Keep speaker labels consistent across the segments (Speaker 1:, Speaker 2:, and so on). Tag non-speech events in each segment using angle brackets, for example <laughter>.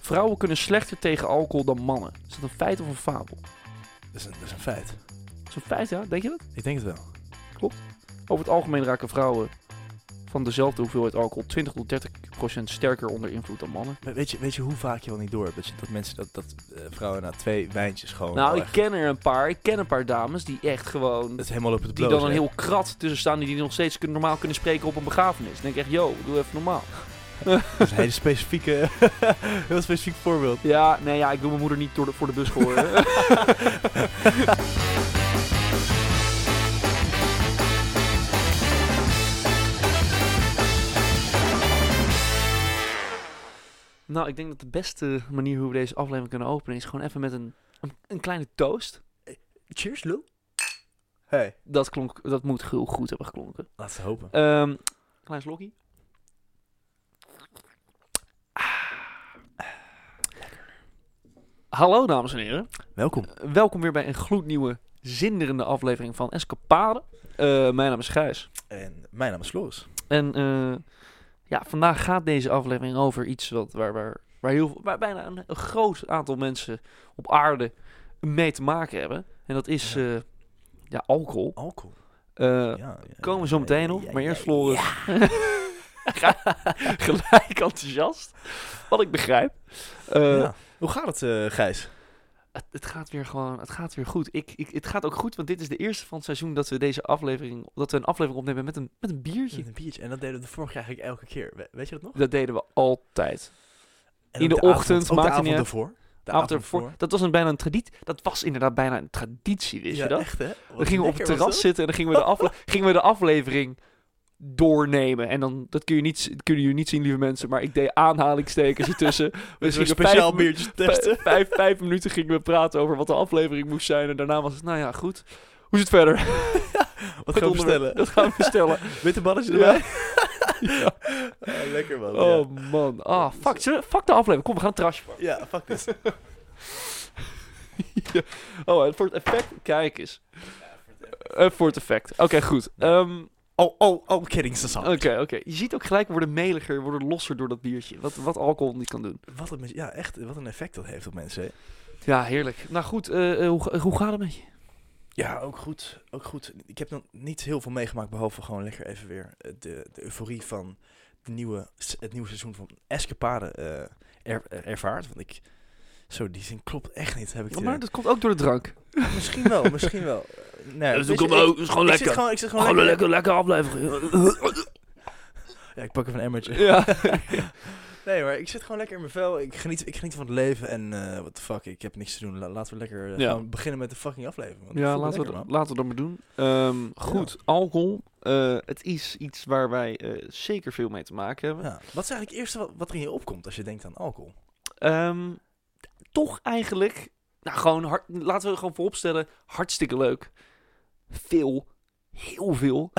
Speaker 1: Vrouwen kunnen slechter tegen alcohol dan mannen. Is dat een feit of een fabel?
Speaker 2: Dat is, een, dat is een feit.
Speaker 1: Is dat een feit, ja? Denk je dat?
Speaker 2: Ik denk het wel.
Speaker 1: Over het algemeen raken vrouwen van dezelfde hoeveelheid alcohol 20 tot 30 procent sterker onder invloed dan mannen.
Speaker 2: Maar weet je, weet je hoe vaak je wel niet door hebt? Dat, je, dat mensen, dat, dat eh, vrouwen na twee wijntjes gewoon...
Speaker 1: nou,
Speaker 2: wel
Speaker 1: ik
Speaker 2: echt-
Speaker 1: ken er een paar. Ik ken een paar dames die echt gewoon...
Speaker 2: Dat is helemaal op het
Speaker 1: Die
Speaker 2: bloot.
Speaker 1: dan een heel krat tussen staan die die nog steeds kun- normaal kunnen spreken op een begrafenis. Dan denk ik echt, yo, doe even normaal.
Speaker 2: Dat is een hele specifieke... <laughs> heel specifiek
Speaker 1: <laughs>
Speaker 2: voorbeeld.
Speaker 1: Ja, nee, ja, ik wil mijn moeder niet door de, voor de bus <laughs> gooien. nou, ik denk dat de beste manier hoe we deze aflevering kunnen openen is gewoon even met een, een, een kleine toast.
Speaker 2: Cheers, Lou. Hey.
Speaker 1: Dat, klonk, dat moet heel goed hebben geklonken.
Speaker 2: Laten we hopen.
Speaker 1: Ehm klein slokje. Ah. Hallo dames en heren.
Speaker 2: Welkom.
Speaker 1: Welkom weer bij een gloednieuwe, zinderende aflevering van Escapade. Eh, mijn naam is Gijs.
Speaker 2: En mijn naam is Floris.
Speaker 1: En eh, ja, vandaag gaat deze aflevering over iets wat, waar, waar, waar, heel, veel- waar bijna een, een groot aantal mensen op aarde mee te maken hebben. En dat is
Speaker 2: Ja.
Speaker 1: ja, ja alcohol.
Speaker 2: Alcohol.
Speaker 1: Eh,
Speaker 2: ja, ja,
Speaker 1: komen we
Speaker 2: ja,
Speaker 1: zo meteen op.
Speaker 2: ja,
Speaker 1: maar
Speaker 2: ja,
Speaker 1: eerst
Speaker 2: ja.
Speaker 1: Floris. <laughs> Gelijk enthousiast. Wat ik begrijp. Eh,
Speaker 2: Ja. Hoe gaat het, eh, Gijs?
Speaker 1: het, het gaat weer gewoon, het gaat weer goed. Ik, ik, het gaat ook goed, want dit is de eerste van het seizoen dat we deze aflevering, dat we een aflevering opnemen met een, met een biertje.
Speaker 2: Met een biertje. En dat deden we de vorige jaar eigenlijk elke keer. We- weet je dat nog?
Speaker 1: Dat deden we altijd.
Speaker 2: En
Speaker 1: In
Speaker 2: ook
Speaker 1: de ochtend,
Speaker 2: avond, ook
Speaker 1: maakt
Speaker 2: de
Speaker 1: niet
Speaker 2: avond
Speaker 1: uit.
Speaker 2: ervoor.
Speaker 1: De avond ervoor. Dat was een, bijna een traditie. Dat was inderdaad bijna een traditie, wist
Speaker 2: ja,
Speaker 1: je dat?
Speaker 2: echt hè?
Speaker 1: Dan
Speaker 2: Wat
Speaker 1: gingen we op het
Speaker 2: lekker was
Speaker 1: terras
Speaker 2: dat?
Speaker 1: zitten en dan gingen we de,
Speaker 2: <laughs>
Speaker 1: afle- gingen we de aflevering doornemen. En dan, dat kun je niet, z- kunnen jullie niet zien, lieve mensen, maar ik deed aanhalingstekens
Speaker 2: <laughs>
Speaker 1: ertussen.
Speaker 2: Dus een
Speaker 1: gingen
Speaker 2: speciaal
Speaker 1: vijf mi-
Speaker 2: biertje testen.
Speaker 1: Vijf, <laughs> vijf, vijf minuten gingen we praten over wat de aflevering moest zijn. En daarna was het, nou ja, goed. Hoe is het verder?
Speaker 2: Wat gaan we
Speaker 1: Goed onderwerp. <laughs>
Speaker 2: bestellen?
Speaker 1: Dat gaan we bestellen.
Speaker 2: <laughs> Witte balletje
Speaker 1: Ja. <laughs>
Speaker 2: <laughs> erbij? Ah, lekker man.
Speaker 1: Oh man. Ah, fuck. Zullen we- Fuck de aflevering. Kom, we gaan een trasje
Speaker 2: <laughs>
Speaker 1: pakken.
Speaker 2: Ja, Ja, fuck this.
Speaker 1: Oh, en voor het effect. Kijk eens. Eh, voor het effect. Oké, goed. Ehm,
Speaker 2: Oh, oh, oh, kidding, Sasan.
Speaker 1: Oké, oké. Je ziet ook gelijk, we worden meliger, we worden losser door dat biertje. Wat, wat alcohol niet kan doen.
Speaker 2: Wat een, ja, echt, wat een effect dat heeft op mensen. Hè?
Speaker 1: Ja, heerlijk. Nou goed, eh, eh, hoe, ga- hoe gaat het met je?
Speaker 2: Ja, ook goed, ook goed. Ik heb nog niet heel veel meegemaakt, behalve gewoon lekker even weer eh, de, de euforie van de nieuwe, s- het nieuwe seizoen van Escapade eh, er- er- ervaart. Want ik, zo, die zin klopt echt niet, heb ik het
Speaker 1: Maar
Speaker 2: idee.
Speaker 1: dat komt ook door de drank.
Speaker 2: Misschien wel, misschien <laughs> wel. Eh, Nee, weet je, ik-
Speaker 1: is gewoon
Speaker 2: ik zit gewoon, ik zit gewoon lekker.
Speaker 1: Oh, lekker aflevering.
Speaker 2: Ja, ik pak even een emmertje.
Speaker 1: Ja.
Speaker 2: <laughs> Nee, maar ik zit gewoon lekker in mijn vel. Ik geniet, ik geniet van het leven en eh what the fuck, ik heb niks te doen. La- laten we lekker eh,
Speaker 1: Ja.
Speaker 2: gewoon beginnen met de fucking aflevering. want ik
Speaker 1: Ja,
Speaker 2: voel me
Speaker 1: laten, we,
Speaker 2: lekker,
Speaker 1: dat- laten we dat maar doen. Ehm, goed, alcohol. eh, het is iets waar wij eh, zeker veel mee te maken hebben.
Speaker 2: man. Ja. Wat is eigenlijk het eerste wat, wat er in je opkomt als je denkt aan alcohol?
Speaker 1: Ehm, toch eigenlijk, nou gewoon, hard, laten we gewoon vooropstellen, hartstikke leuk. Veel, heel
Speaker 2: <laughs>
Speaker 1: veel.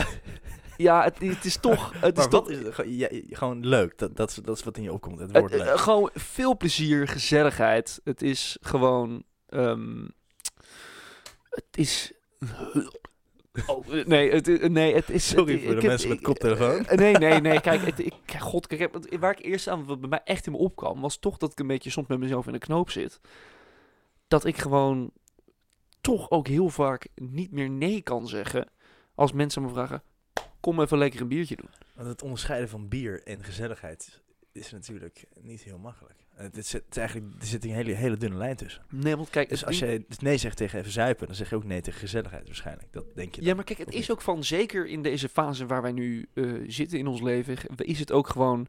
Speaker 1: ja, het, het is toch, het is
Speaker 2: maar
Speaker 1: toch
Speaker 2: wat is het? Gewoon- ja, ja, gewoon leuk. Dat, dat, is, dat is wat in je opkomt. Het
Speaker 1: het-
Speaker 2: woord
Speaker 1: eh,
Speaker 2: leuk.
Speaker 1: gewoon veel plezier, gezelligheid. Het is gewoon, ehm, het is... <laughs> Oh, eh, nee, het, eh, nee, het is...
Speaker 2: Sorry
Speaker 1: het-
Speaker 2: voor de
Speaker 1: ik heb-
Speaker 2: mensen met
Speaker 1: ik-
Speaker 2: koptelefoon.
Speaker 1: Eh, Nee, nee, nee. Kijk, het, ik, kijk, god, kijk, het- waar ik eerst aan, wat bij mij echt in me opkwam, was toch dat ik een beetje soms met mezelf in de knoop zit. Dat ik gewoon toch ook heel vaak niet meer nee kan zeggen als mensen me vragen, kom even lekker een biertje doen.
Speaker 2: Want het onderscheiden van bier en gezelligheid is natuurlijk niet heel makkelijk. Het, het zit, het is eigenlijk, er zit een hele, hele dunne lijn tussen.
Speaker 1: Nee, want kijk,
Speaker 2: Dus
Speaker 1: het
Speaker 2: als
Speaker 1: ding-
Speaker 2: je nee zegt tegen even zuipen, dan zeg je ook nee tegen gezelligheid waarschijnlijk. Dat denk je
Speaker 1: Ja,
Speaker 2: dan.
Speaker 1: maar kijk, het
Speaker 2: Of
Speaker 1: is
Speaker 2: niet?
Speaker 1: ook van, zeker in deze fase waar wij nu eh, zitten in ons leven, ge- is het ook gewoon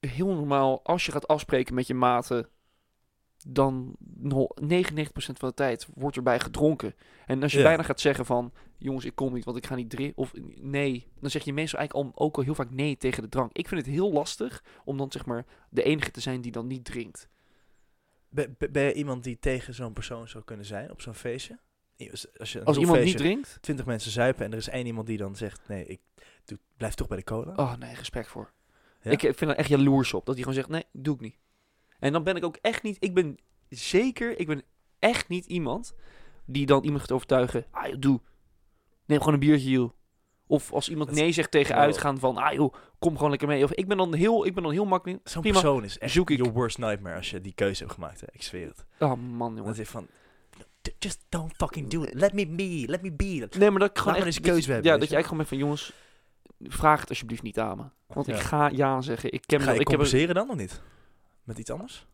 Speaker 1: heel normaal als je gaat afspreken met je maten, dan no- 99% van de tijd wordt erbij gedronken. En als je
Speaker 2: Ja.
Speaker 1: bijna gaat zeggen van, jongens, ik kom niet, want ik ga niet drinken, of nee, dan zeg je meestal eigenlijk al, ook al heel vaak nee tegen de drank. Ik vind het heel lastig om dan zeg maar de enige te zijn die dan niet drinkt.
Speaker 2: Ben, ben- ben je iemand die tegen zo'n persoon zou kunnen zijn op zo'n feestje? Als, je
Speaker 1: Als iemand niet
Speaker 2: drinkt.
Speaker 1: drinkt,
Speaker 2: 20 mensen zuipen en er is één iemand die dan zegt nee, ik doe, blijf toch bij de cola.
Speaker 1: oh nee, respect voor.
Speaker 2: Ja?
Speaker 1: Ik eh, vind er echt jaloers op. Dat hij gewoon zegt, nee, doe ik niet. En dan ben ik ook echt niet... Ik ben zeker... Ik ben echt niet iemand die dan iemand gaat overtuigen. Ah, joh, doe. Neem gewoon een biertje, joh. Of als iemand
Speaker 2: Dat-
Speaker 1: nee zegt tegen
Speaker 2: Wow.
Speaker 1: uitgaan van, ah joh, kom gewoon lekker mee. Of ik ben dan heel, ik ben dan heel makkelijk.
Speaker 2: Zo'n
Speaker 1: Prima.
Speaker 2: persoon is echt
Speaker 1: Zoek ik.
Speaker 2: your worst nightmare als je die keuze hebt gemaakt. Hè. Ik zweer het.
Speaker 1: Oh man, jongen.
Speaker 2: Dat is van, "D- just don't fucking do it. Let me be. Let me be.
Speaker 1: Nee, maar dat ik
Speaker 2: Laat
Speaker 1: gewoon echt...
Speaker 2: maar eens keuze
Speaker 1: dat-
Speaker 2: hebben,
Speaker 1: Ja,
Speaker 2: weet
Speaker 1: dat je
Speaker 2: je.
Speaker 1: eigenlijk gewoon bent van, jongens, vraag het alsjeblieft niet aan me. Want
Speaker 2: Ja.
Speaker 1: ik ga ja zeggen. Ik ken
Speaker 2: Ga
Speaker 1: wel-
Speaker 2: je
Speaker 1: ik heb
Speaker 2: compenseren dan of niet? Met iets anders?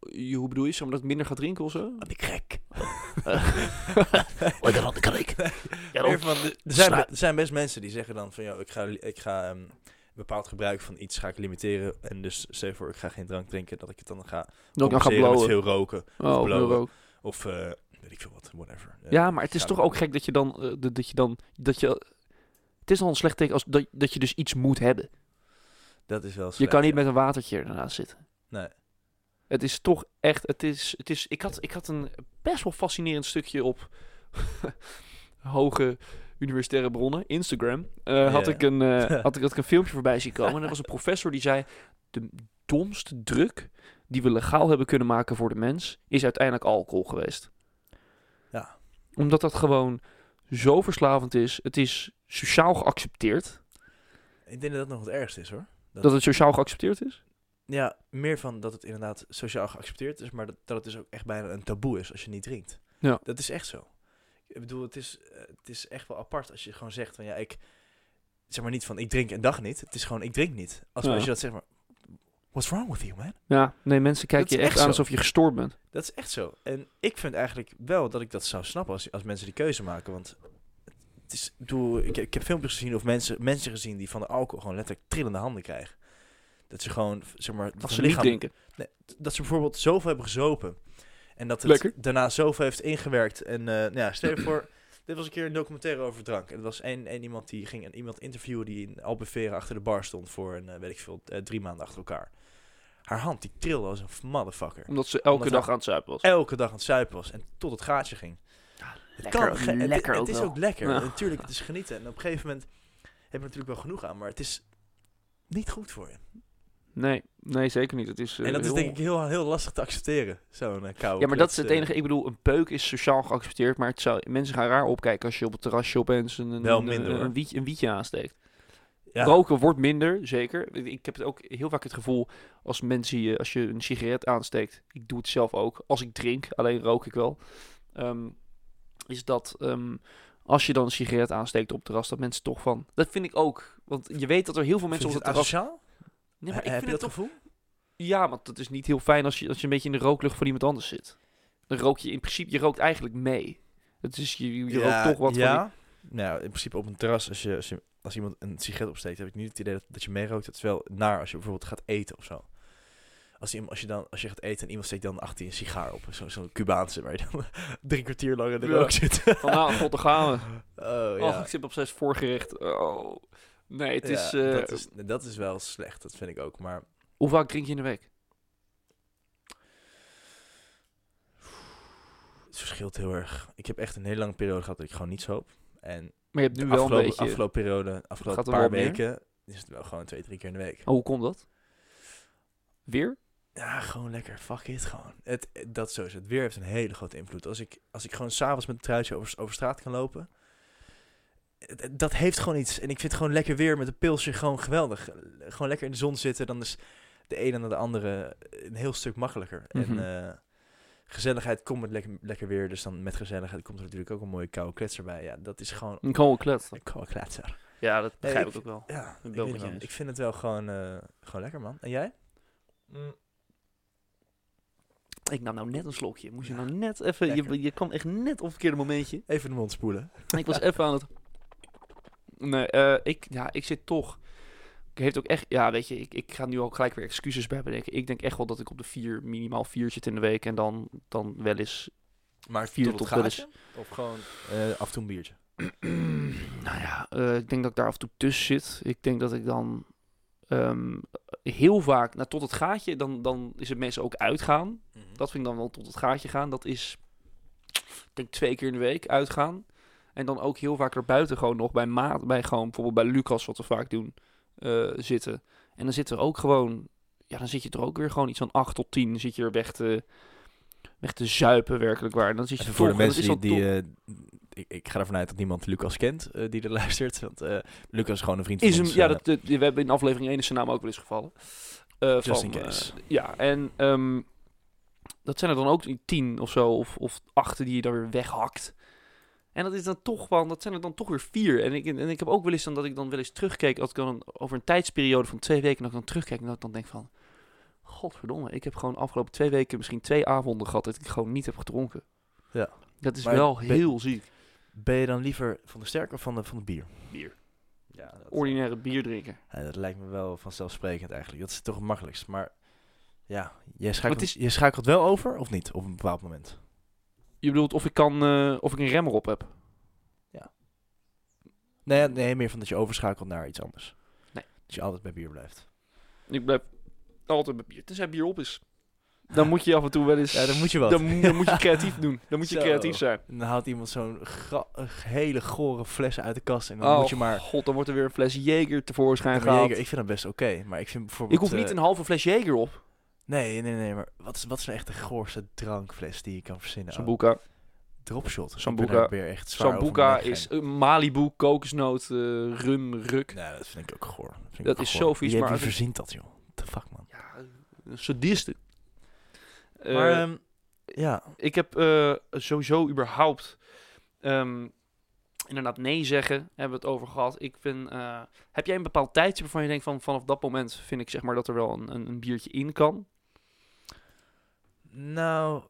Speaker 1: Je- Hoe bedoel je? Zodat ik minder ga drinken of zo?
Speaker 2: Want ik
Speaker 1: <laughs>
Speaker 2: gek.
Speaker 1: Oh, dat kan ik. Ja,
Speaker 2: Meer
Speaker 1: dan-
Speaker 2: van, de- er, zijn,
Speaker 1: Sla-
Speaker 2: be- er zijn best mensen die zeggen dan van... Yo, ik ga, li- ik ga ehm, een bepaald gebruik van iets ga ik limiteren. En dus stel je voor, ik ga geen drank drinken. Dat ik het dan ga
Speaker 1: Dat ik dan ga
Speaker 2: compenseren met
Speaker 1: blowen.
Speaker 2: veel roken.
Speaker 1: Oh,
Speaker 2: blowen.
Speaker 1: blowen ook.
Speaker 2: Of eh, weet ik veel wat, whatever. Eh,
Speaker 1: Ja, maar het
Speaker 2: ik
Speaker 1: is
Speaker 2: ga
Speaker 1: toch
Speaker 2: dan-
Speaker 1: ook gek dat je dan... eh, dat- dat je dan... Dat je... Het is al een slecht teken als dat, dat je dus iets moet hebben.
Speaker 2: Dat is wel
Speaker 1: Je
Speaker 2: slecht,
Speaker 1: kan niet
Speaker 2: ja.
Speaker 1: met een watertje ernaast zitten.
Speaker 2: Nee.
Speaker 1: Het is toch echt... Het is, het is, ik, had, ik had een best wel fascinerend stukje op <laughs> hoge universitaire bronnen, Instagram. eh, had,
Speaker 2: Ja.
Speaker 1: ik een,
Speaker 2: <laughs>
Speaker 1: eh, had, ik, had ik een filmpje voorbij zien komen. En er was een professor die zei... De domste druk die we legaal hebben kunnen maken voor de mens... is uiteindelijk alcohol geweest.
Speaker 2: Ja.
Speaker 1: Omdat dat gewoon zo verslavend is. Het is sociaal geaccepteerd.
Speaker 2: Ik denk dat dat nog het ergste is hoor.
Speaker 1: Dat het sociaal geaccepteerd is.
Speaker 2: Ja, meer van dat het inderdaad sociaal geaccepteerd is, maar dat, dat het dus ook echt bijna een taboe is als je niet drinkt.
Speaker 1: Ja.
Speaker 2: Dat is echt zo. Ik bedoel, het is, eh, het is echt wel apart als je gewoon zegt van ja, ik zeg maar niet van ik drink een dag niet. Het is gewoon ik drink niet. Als,
Speaker 1: Ja.
Speaker 2: als je dat zegt maar, what's wrong with you man?
Speaker 1: Ja, nee, mensen kijken
Speaker 2: Dat
Speaker 1: je
Speaker 2: is
Speaker 1: echt,
Speaker 2: echt
Speaker 1: aan
Speaker 2: zo.
Speaker 1: alsof je gestoord bent.
Speaker 2: Dat is echt zo. En ik vind eigenlijk wel dat ik dat zou snappen als, als mensen die keuze maken, want het is, ik bedoel, ik, ik heb filmpjes gezien of mensen, mensen gezien die van de alcohol gewoon letterlijk trillende handen krijgen. Dat ze gewoon, zeg maar, dat
Speaker 1: Als ze
Speaker 2: hun
Speaker 1: niet
Speaker 2: lichaam-
Speaker 1: denken.
Speaker 2: dat ze bijvoorbeeld zoveel hebben gezopen. En dat het
Speaker 1: Lekker.
Speaker 2: daarna zoveel heeft ingewerkt. En eh, nou ja, stel je voor, <clears throat> dit was een keer een documentaire over drank. En er was één, één iemand die ging een, iemand interviewen die in Albufeira achter de bar stond voor een, eh, weet ik veel, eh, drie maanden achter elkaar. Haar hand die trilde als een motherfucker.
Speaker 1: Omdat ze elke
Speaker 2: Omdat
Speaker 1: dag aan het zuipen was.
Speaker 2: Elke dag aan het zuipen was en tot het gaatje ging. Het
Speaker 1: lekker ook,
Speaker 2: ge- het-
Speaker 1: lekker
Speaker 2: Het,
Speaker 1: ook
Speaker 2: is
Speaker 1: wel.
Speaker 2: ook lekker.
Speaker 1: Ja.
Speaker 2: En Natuurlijk, het is genieten. En op een gegeven moment heb je er natuurlijk wel genoeg aan, maar het is niet goed voor je.
Speaker 1: Nee, nee, zeker niet. Het is, eh,
Speaker 2: En dat is
Speaker 1: heel-
Speaker 2: denk ik heel, heel lastig te accepteren, zo'n eh, koude
Speaker 1: Ja, maar dat is
Speaker 2: kluts,
Speaker 1: het
Speaker 2: eh.
Speaker 1: enige. Ik bedoel, een peuk is sociaal geaccepteerd, maar het zou, mensen gaan raar opkijken als je op het terrasje opeens een, een,
Speaker 2: Wel
Speaker 1: een,
Speaker 2: minder,
Speaker 1: een,
Speaker 2: hoor.
Speaker 1: wietje, een wietje aansteekt.
Speaker 2: Ja.
Speaker 1: Roken wordt minder, zeker. Ik- Ik heb het ook heel vaak het gevoel als mensen je, als je een sigaret aansteekt, ik doe het zelf ook. Als ik drink, alleen rook ik wel. ehm, is dat ehm, als je dan een sigaret aansteekt op het terras, dat mensen toch van. Dat vind ik ook. Want je weet dat er heel veel mensen op het terras.
Speaker 2: asociaal?
Speaker 1: Nee, maar ik
Speaker 2: Heb
Speaker 1: vind
Speaker 2: je
Speaker 1: het
Speaker 2: dat
Speaker 1: toch.
Speaker 2: gevoel?
Speaker 1: Ja, want dat is niet heel fijn als je, als je een beetje in de rooklucht van iemand anders zit. Dan rook je in principe, je rookt eigenlijk mee. Het is, je je rookt toch wat van...
Speaker 2: ja. Nou, in principe op een terras, als, je, als, je, als iemand een sigaret opsteekt, heb ik niet het idee dat, dat je meerookt. Het is wel naar als je bijvoorbeeld gaat eten of zo. Als, iemand, als, je, dan, als je gaat eten en iemand steekt dan achter je een sigaar op. Zo'n zo'n Cubaanse, waar je dan <laughs> drie kwartier lang in de
Speaker 1: Ja.
Speaker 2: rook zit. <laughs>
Speaker 1: die- Van nou, god, daar gaan we.
Speaker 2: Oh,
Speaker 1: Oh,
Speaker 2: ja.
Speaker 1: ik zit op zes voorgerecht. Oh. Nee, het
Speaker 2: Ja,
Speaker 1: is, eh,
Speaker 2: dat is... Dat is wel slecht, dat vind ik ook. Maar
Speaker 1: Hoe vaak drink je in de week?
Speaker 2: het verschilt heel erg. Ik heb echt een hele lange periode gehad dat ik gewoon niets hoop. En
Speaker 1: Maar je hebt
Speaker 2: de
Speaker 1: nu wel
Speaker 2: afgelopen,
Speaker 1: een beetje...
Speaker 2: afgelopen periode, afgelopen
Speaker 1: er
Speaker 2: paar
Speaker 1: wel meer?
Speaker 2: weken, is het wel gewoon twee, drie keer in de week.
Speaker 1: Oh, hoe komt dat? Weer?
Speaker 2: Ja, gewoon lekker. Fuck it, gewoon. Het, eh, dat zo is het. Weer heeft een hele grote invloed. Als ik, als ik gewoon s'avonds met een truitje over, over straat kan lopen... het- het- Dat heeft gewoon iets. En ik vind gewoon lekker weer met een pilsje gewoon geweldig. Gewoon lekker in de zon zitten. Dan is de ene naar de andere eh, een heel stuk makkelijker.
Speaker 1: Mhm.
Speaker 2: En eh, gezelligheid komt met lekker, lekker weer. Dus dan met gezelligheid komt er natuurlijk ook een mooie koude kletser bij. Ja, dat is gewoon
Speaker 1: Ik kan wel klet.
Speaker 2: een koude kletser.
Speaker 1: Ja, dat begrijp
Speaker 2: ik-
Speaker 1: ik ook wel.
Speaker 2: Ja, ik,
Speaker 1: ben
Speaker 2: weet
Speaker 1: met
Speaker 2: het
Speaker 1: je
Speaker 2: wel.
Speaker 1: eens.
Speaker 2: ik vind het wel gewoon, eh, gewoon lekker, man. En jij? Mm.
Speaker 1: Ik nam nou net een slokje. Moest je
Speaker 2: Ja.
Speaker 1: nou net even... Je,
Speaker 2: Lekker.
Speaker 1: je kwam echt net op het verkeerde momentje.
Speaker 2: Even de mond spoelen.
Speaker 1: Ik was even aan het. Nee, eh, ik, ja, ik zit toch. Ik heeft ook echt. Ja, weet je, ik, ik ga nu ook gelijk weer excuses bij bedenken. Ik denk echt wel dat ik op de vier, minimaal vier zit in de week. En dan, dan wel eens. <clears throat>
Speaker 2: Maar
Speaker 1: Vier
Speaker 2: tot het
Speaker 1: tot
Speaker 2: gaatje? Of gewoon Eh, af en toe een biertje?
Speaker 1: nou ja, eh, ik denk dat ik daar af en toe tussen zit. Ik denk dat ik dan. ehm, heel vaak, nou, tot het gaatje, dan, dan is het meestal ook uitgaan.
Speaker 2: Mhm.
Speaker 1: Dat vind ik dan wel tot het gaatje gaan. Dat is, ik denk twee keer in de week uitgaan. En dan ook heel vaak erbuiten gewoon nog bij maat, bij gewoon bijvoorbeeld bij Lucas, wat we vaak doen, eh, zitten. En dan zit er ook gewoon, ja, dan zit je er ook weer gewoon iets van 8 tot 10 zit je er weg te, weg te zuipen werkelijk waar. En dan zit je
Speaker 2: voor de
Speaker 1: toch- en dat
Speaker 2: mensen
Speaker 1: is
Speaker 2: die,
Speaker 1: dan
Speaker 2: die, eh, ik, ik ga ervan uit dat niemand Lucas kent eh, die er <laughs> luistert. Want eh, Lucas is gewoon een vriend van
Speaker 1: Is hem,
Speaker 2: ons.
Speaker 1: ja,
Speaker 2: eh,
Speaker 1: dat, dat- we hebben in aflevering 1 is zijn naam ook wel eens gevallen. Eh,
Speaker 2: Just in
Speaker 1: van,
Speaker 2: case.
Speaker 1: eh, ja, en ehm, dat zijn er dan ook die tien of zo, of, of acht die je dan weer weghakt. En dat is dan toch wel, dat zijn er dan toch weer vier. En ik, en ik heb ook wel eens dan dat ik dan wel eens terugkeek, als ik dan over een tijdsperiode van twee weken, dat ik dan terugkijk en dat ik dan denk van, godverdomme, ik heb gewoon afgelopen twee weken misschien twee avonden gehad dat ik gewoon niet heb gedronken.
Speaker 2: Ja.
Speaker 1: Dat is
Speaker 2: Maar
Speaker 1: wel
Speaker 2: ben-
Speaker 1: heel ziek.
Speaker 2: Ben je dan liever van de sterke of van, de, van het bier?
Speaker 1: Bier.
Speaker 2: Ja, dat,
Speaker 1: Ordinaire bier drinken.
Speaker 2: Ja, dat lijkt me wel vanzelfsprekend eigenlijk. Dat is toch het makkelijkst. Maar ja, je schakelt,
Speaker 1: het is-
Speaker 2: je schakelt wel over of niet op een bepaald moment?
Speaker 1: Je bedoelt of ik kan, eh, of ik een remmer op heb.
Speaker 2: Nee, nee, meer van dat je overschakelt naar iets anders.
Speaker 1: Nee.
Speaker 2: Dat je altijd bij bier blijft.
Speaker 1: Ik blijf altijd bij bier. Tenzij bier op is. Dan moet je af en toe wel eens...
Speaker 2: Ja, dan moet je wat.
Speaker 1: Dan, dan
Speaker 2: <laughs>
Speaker 1: moet je creatief doen. Dan moet je
Speaker 2: Zo.
Speaker 1: creatief zijn.
Speaker 2: En dan haalt iemand zo'n gra- een hele gore fles uit de kast en dan moet je maar...
Speaker 1: Oh, god, dan wordt er weer een fles Jager tevoorschijn
Speaker 2: Maar
Speaker 1: gehaald.
Speaker 2: Jager, ik vind dat best oké, maar ik vind
Speaker 1: ik
Speaker 2: bijvoorbeeld...
Speaker 1: hoef niet
Speaker 2: eh,
Speaker 1: een halve fles Jager op.
Speaker 2: Nee, nee, nee, maar wat is, wat is nou echt de goorste drankfles die je kan verzinnen?
Speaker 1: Sambuca.
Speaker 2: Oh, Dropshot.
Speaker 1: Sambuca.
Speaker 2: Ik ben daar weer echt zwaar over
Speaker 1: Sambuca
Speaker 2: mijn nek
Speaker 1: is
Speaker 2: heen.
Speaker 1: eh, Malibu, kokosnoot, eh, rum, ruk.
Speaker 2: Nee, dat vind ik ook goor. vind ik
Speaker 1: Dat
Speaker 2: ook
Speaker 1: is
Speaker 2: goor.
Speaker 1: zo vies,
Speaker 2: Wie-
Speaker 1: maar
Speaker 2: Wie
Speaker 1: als ik-
Speaker 2: verzint dat, joh? What The fuck, man.
Speaker 1: Ja, een sadiste. Eh,
Speaker 2: maar, ehm, ja.
Speaker 1: ik heb eh, sowieso überhaupt ehm, inderdaad nee zeggen, hebben we het over gehad. Ik vind, eh, heb jij een bepaald tijdje waarvan je denkt van vanaf dat moment vind ik zeg maar dat er wel een, een, een biertje in kan?
Speaker 2: Nou,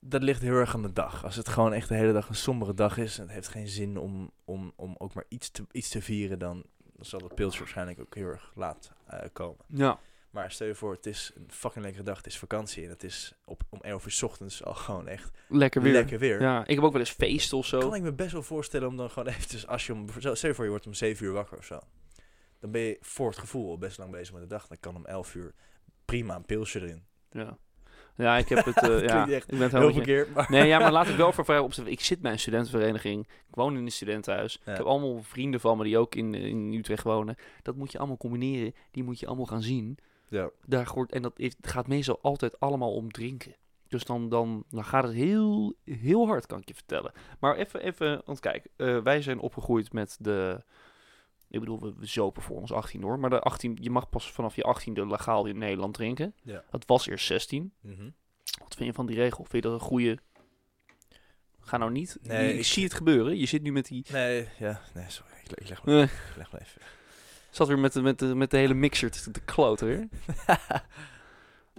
Speaker 2: dat ligt heel erg aan de dag. Als het gewoon echt de hele dag een sombere dag is en het heeft geen zin om, om, om ook maar iets te, iets te vieren, dan zal dat pilsje waarschijnlijk ook heel erg laat eh, komen.
Speaker 1: Ja.
Speaker 2: Maar stel je voor, het is een fucking lekkere dag, het is vakantie en het is op, om 11 uur 's ochtends al gewoon echt
Speaker 1: Lekker weer.
Speaker 2: lekker weer.
Speaker 1: Ja, ik heb ook wel eens feesten of zo.
Speaker 2: Kan ik me best wel voorstellen om dan gewoon eventjes, als je om, stel je voor je wordt om 7 uur wakker of zo. Dan ben je voor het gevoel al best lang bezig met de dag. Dan kan om 11 uur prima een pilsje erin.
Speaker 1: Ja. ja, ik heb het. eh,
Speaker 2: <laughs> Dat
Speaker 1: ja,
Speaker 2: klinkt echt
Speaker 1: ik ben het helemaal
Speaker 2: Heel
Speaker 1: met je-
Speaker 2: verkeerd, maar... <laughs>
Speaker 1: Nee, ja, maar laat ik wel voor vrij opzetten. Ik zit bij een studentenvereniging. Ik woon in een studentenhuis.
Speaker 2: Ja.
Speaker 1: Ik heb allemaal vrienden van me die ook in, in Utrecht wonen. Dat moet je allemaal combineren. Die moet je allemaal gaan zien.
Speaker 2: Ja.
Speaker 1: daar hoort, en dat is, het gaat meestal altijd allemaal om drinken. Dus dan, dan, dan gaat het heel, heel hard, kan ik je vertellen. Maar even, even want kijk, eh, wij zijn opgegroeid met de... Ik bedoel, we, we zopen voor ons 18 hoor. Maar de 18, je mag pas vanaf je 18e legaal in Nederland drinken.
Speaker 2: Ja.
Speaker 1: Dat was eerst 16.
Speaker 2: Mhm.
Speaker 1: Wat vind je van die regel? Vind je dat een goede... Ga nou niet.
Speaker 2: Nee,
Speaker 1: ik,
Speaker 2: ik-
Speaker 1: zie het gebeuren. Je zit nu met die...
Speaker 2: Nee, ja, nee, sorry. Ik, le- ik leg me,
Speaker 1: Eh,
Speaker 2: ik leg me even.
Speaker 1: zat weer met de, met de, met de hele mixer te, te kloten
Speaker 2: <laughs>
Speaker 1: weer.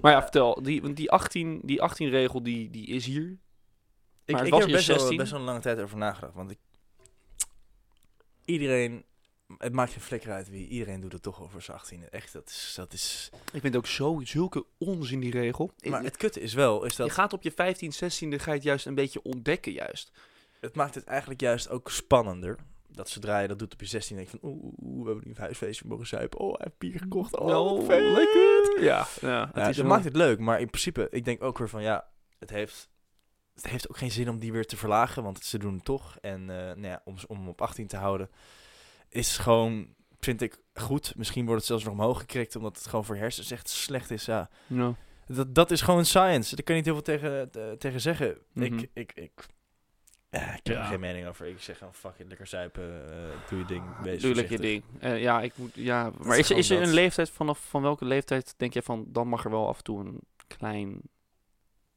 Speaker 1: Maar ja, vertel, die, want die 18, die 18 regel die, die is hier.
Speaker 2: Ik,
Speaker 1: het
Speaker 2: ik
Speaker 1: was
Speaker 2: heb
Speaker 1: hier
Speaker 2: best wel,
Speaker 1: 16.
Speaker 2: best wel een lange tijd over nagedacht. Want ik, iedereen, het maakt geen flikker uit wie, iedereen doet het toch over zijn 18. Echt, dat is. Dat is
Speaker 1: Ik vind ook zo, zulke onzin die regel.
Speaker 2: maar het kutte is wel, is dat
Speaker 1: Je gaat op je 15, 16e ga je het juist een beetje ontdekken juist.
Speaker 2: het maakt het eigenlijk juist ook spannender. Dat zodra je dat doet op je 16, denk je van, oeh, oeh, we hebben nu een huisfeestje, we mogen zuipen. Oh, hij heeft bier gekocht. Oh, wat vet.
Speaker 1: Nou, lekker. Ja, ja, het
Speaker 2: Ja,
Speaker 1: is
Speaker 2: dat
Speaker 1: wel-
Speaker 2: maakt het leuk, maar in principe, ik denk ook weer van ja, het heeft, het heeft ook geen zin om die weer te verlagen, want ze doen het toch. En eh, nou ja, om, ze- om hem op 18 te houden, is gewoon, vind ik goed. Misschien wordt het zelfs nog omhoog gekrikt, omdat het gewoon voor hersens echt slecht is. Ja,
Speaker 1: Ja.
Speaker 2: dat, dat is gewoon science. Daar kan je niet heel veel tegen, eh, tegen zeggen.
Speaker 1: Mhm.
Speaker 2: Ik, ik, ik, ja, ik heb
Speaker 1: Ja.
Speaker 2: er geen mening over. Ik zeg gewoon, fuck it, lekker zuipen, eh, doe je ding, wees
Speaker 1: Doe lekker je
Speaker 2: voorzichtig.
Speaker 1: ding. Eh, ja, ik moet, ja. maar
Speaker 2: is
Speaker 1: is, er- is er
Speaker 2: gewoon
Speaker 1: een
Speaker 2: dat.
Speaker 1: leeftijd vanaf van welke leeftijd denk je van dan mag er wel af en toe een klein.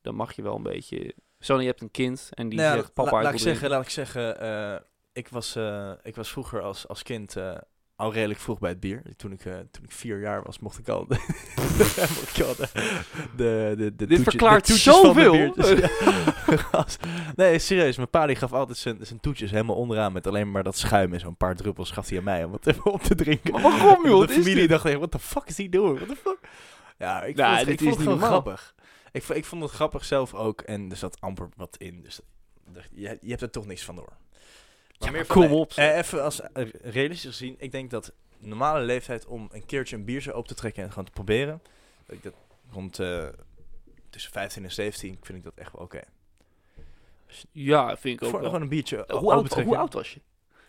Speaker 1: Dan mag je wel een beetje. Zo, je hebt een kind en die
Speaker 2: Nou ja,
Speaker 1: zegt papa.
Speaker 2: la-
Speaker 1: ik
Speaker 2: laat,
Speaker 1: wil
Speaker 2: ik
Speaker 1: drinken."
Speaker 2: zeggen, laat ik zeggen, eh, ik, was, eh, ik was vroeger als, als kind eh, al redelijk vroeg bij het bier. Toen ik, eh, toen ik vier jaar was, mocht ik al de, <laughs> mocht ik al de, de, de, de toetje- de
Speaker 1: verklaart
Speaker 2: toetjes van de
Speaker 1: zoveel.
Speaker 2: biertjes. <laughs> Gast. nee, serieus, mijn pa die gaf altijd zijn, zijn toetjes helemaal onderaan met alleen maar dat schuim en zo'n paar druppels gaf hij aan mij om het even op te drinken.
Speaker 1: Maar waarom, joh? Wat
Speaker 2: De
Speaker 1: is
Speaker 2: familie
Speaker 1: dit?
Speaker 2: dacht echt, what the fuck is die doing? What the fuck? Ja, ik
Speaker 1: Nou,
Speaker 2: vond, het-
Speaker 1: dit is
Speaker 2: ik vond het
Speaker 1: niet
Speaker 2: gewoon
Speaker 1: normaal.
Speaker 2: grappig. Ik, vo- ik vond het grappig zelf ook en er zat amper wat in. Dus ik dacht, je, je hebt er toch niks van door.
Speaker 1: maar
Speaker 2: meer
Speaker 1: kom
Speaker 2: van-
Speaker 1: op,
Speaker 2: eh, even als eh, realistisch gezien, ik denk dat normale leeftijd om een keertje een biertje op te trekken en gewoon te proberen. Dat ik dat rond eh, tussen 15 en 17 vind ik dat echt wel oké.
Speaker 1: Ja, vind ik ook.
Speaker 2: Voor
Speaker 1: wel.
Speaker 2: gewoon een biertje.
Speaker 1: Eh,
Speaker 2: open
Speaker 1: Hoe oud,
Speaker 2: trekken.
Speaker 1: hoe oud <laughs> was je?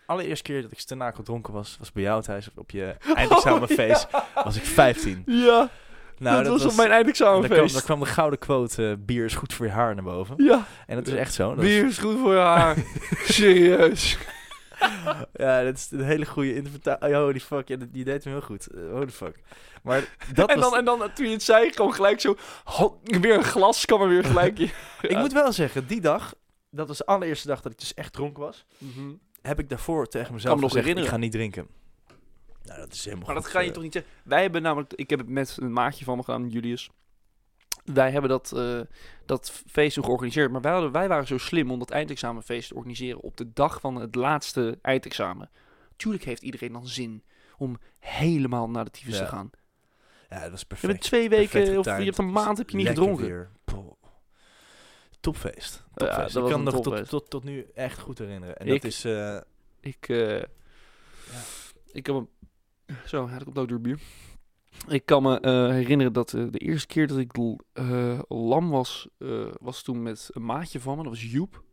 Speaker 2: Allereerste keer dat ik <laughs> Oh, stenakel dronken was, was bij jou thuis op, op je eindexamenfeest. Was ik 15.
Speaker 1: Ja.
Speaker 2: <laughs> Nou,
Speaker 1: dat, was op
Speaker 2: mijn
Speaker 1: mijn
Speaker 2: daar kwam,
Speaker 1: eindexamenfeest.
Speaker 2: daar kwam de gouden quote, eh, bier is goed voor je haar naar boven.
Speaker 1: Ja,
Speaker 2: En dat is echt zo. Dat is-
Speaker 1: bier Oh, is goed voor je <laughs> haar. Serieus.
Speaker 2: <laughs> ja, dat is een hele goede interpretatie. Holy fuck, ja, die, die deed hem heel goed. Eh, holy fuck. Maar
Speaker 1: <laughs>
Speaker 2: dat
Speaker 1: en,
Speaker 2: was...
Speaker 1: dan, en dan, toen je het zei, gewoon gelijk zo... "Ho, weer een glas kan er weer gelijk in.
Speaker 2: Ik moet wel zeggen, die dag, dat was de allereerste dag dat ik dus echt dronken
Speaker 1: <laughs>
Speaker 2: was,
Speaker 1: Mhm.
Speaker 2: heb ik daarvoor tegen mezelf
Speaker 1: me nog
Speaker 2: gezegd,
Speaker 1: herinneren.
Speaker 2: ik ga niet drinken. Nou, dat is helemaal
Speaker 1: Maar dat
Speaker 2: goed,
Speaker 1: ga je
Speaker 2: eh,
Speaker 1: toch niet zeggen? Wij hebben namelijk... Ik heb het met een maatje van me gedaan, Julius. Wij hebben dat, eh, dat feest toen georganiseerd. Maar wij, hadden, wij waren zo slim om dat eindexamenfeest te organiseren... op de dag van het laatste eindexamen. Tuurlijk heeft iedereen dan zin om helemaal naar de tyfus
Speaker 2: Ja.
Speaker 1: te gaan.
Speaker 2: Ja, dat was
Speaker 1: Je
Speaker 2: perfect.
Speaker 1: hebt twee
Speaker 2: perfect
Speaker 1: weken of je
Speaker 2: getimed.
Speaker 1: hebt een maand heb je niet
Speaker 2: Lekker
Speaker 1: gedronken.
Speaker 2: weer. Poh. Topfeest.
Speaker 1: Ja,
Speaker 2: Topfeest.
Speaker 1: dat
Speaker 2: ik
Speaker 1: was
Speaker 2: kan
Speaker 1: een
Speaker 2: nog tot,
Speaker 1: topfeest.
Speaker 2: tot, tot nu echt goed herinneren. En
Speaker 1: Ik-
Speaker 2: dat is... eh,
Speaker 1: Ik, eh, ik kan me... Zo, ja, dat komt ook door bier. Ik kan me eh, herinneren dat eh, de eerste keer dat ik l- eh, lam was, eh, was toen met een maatje van me. Dat was Joep.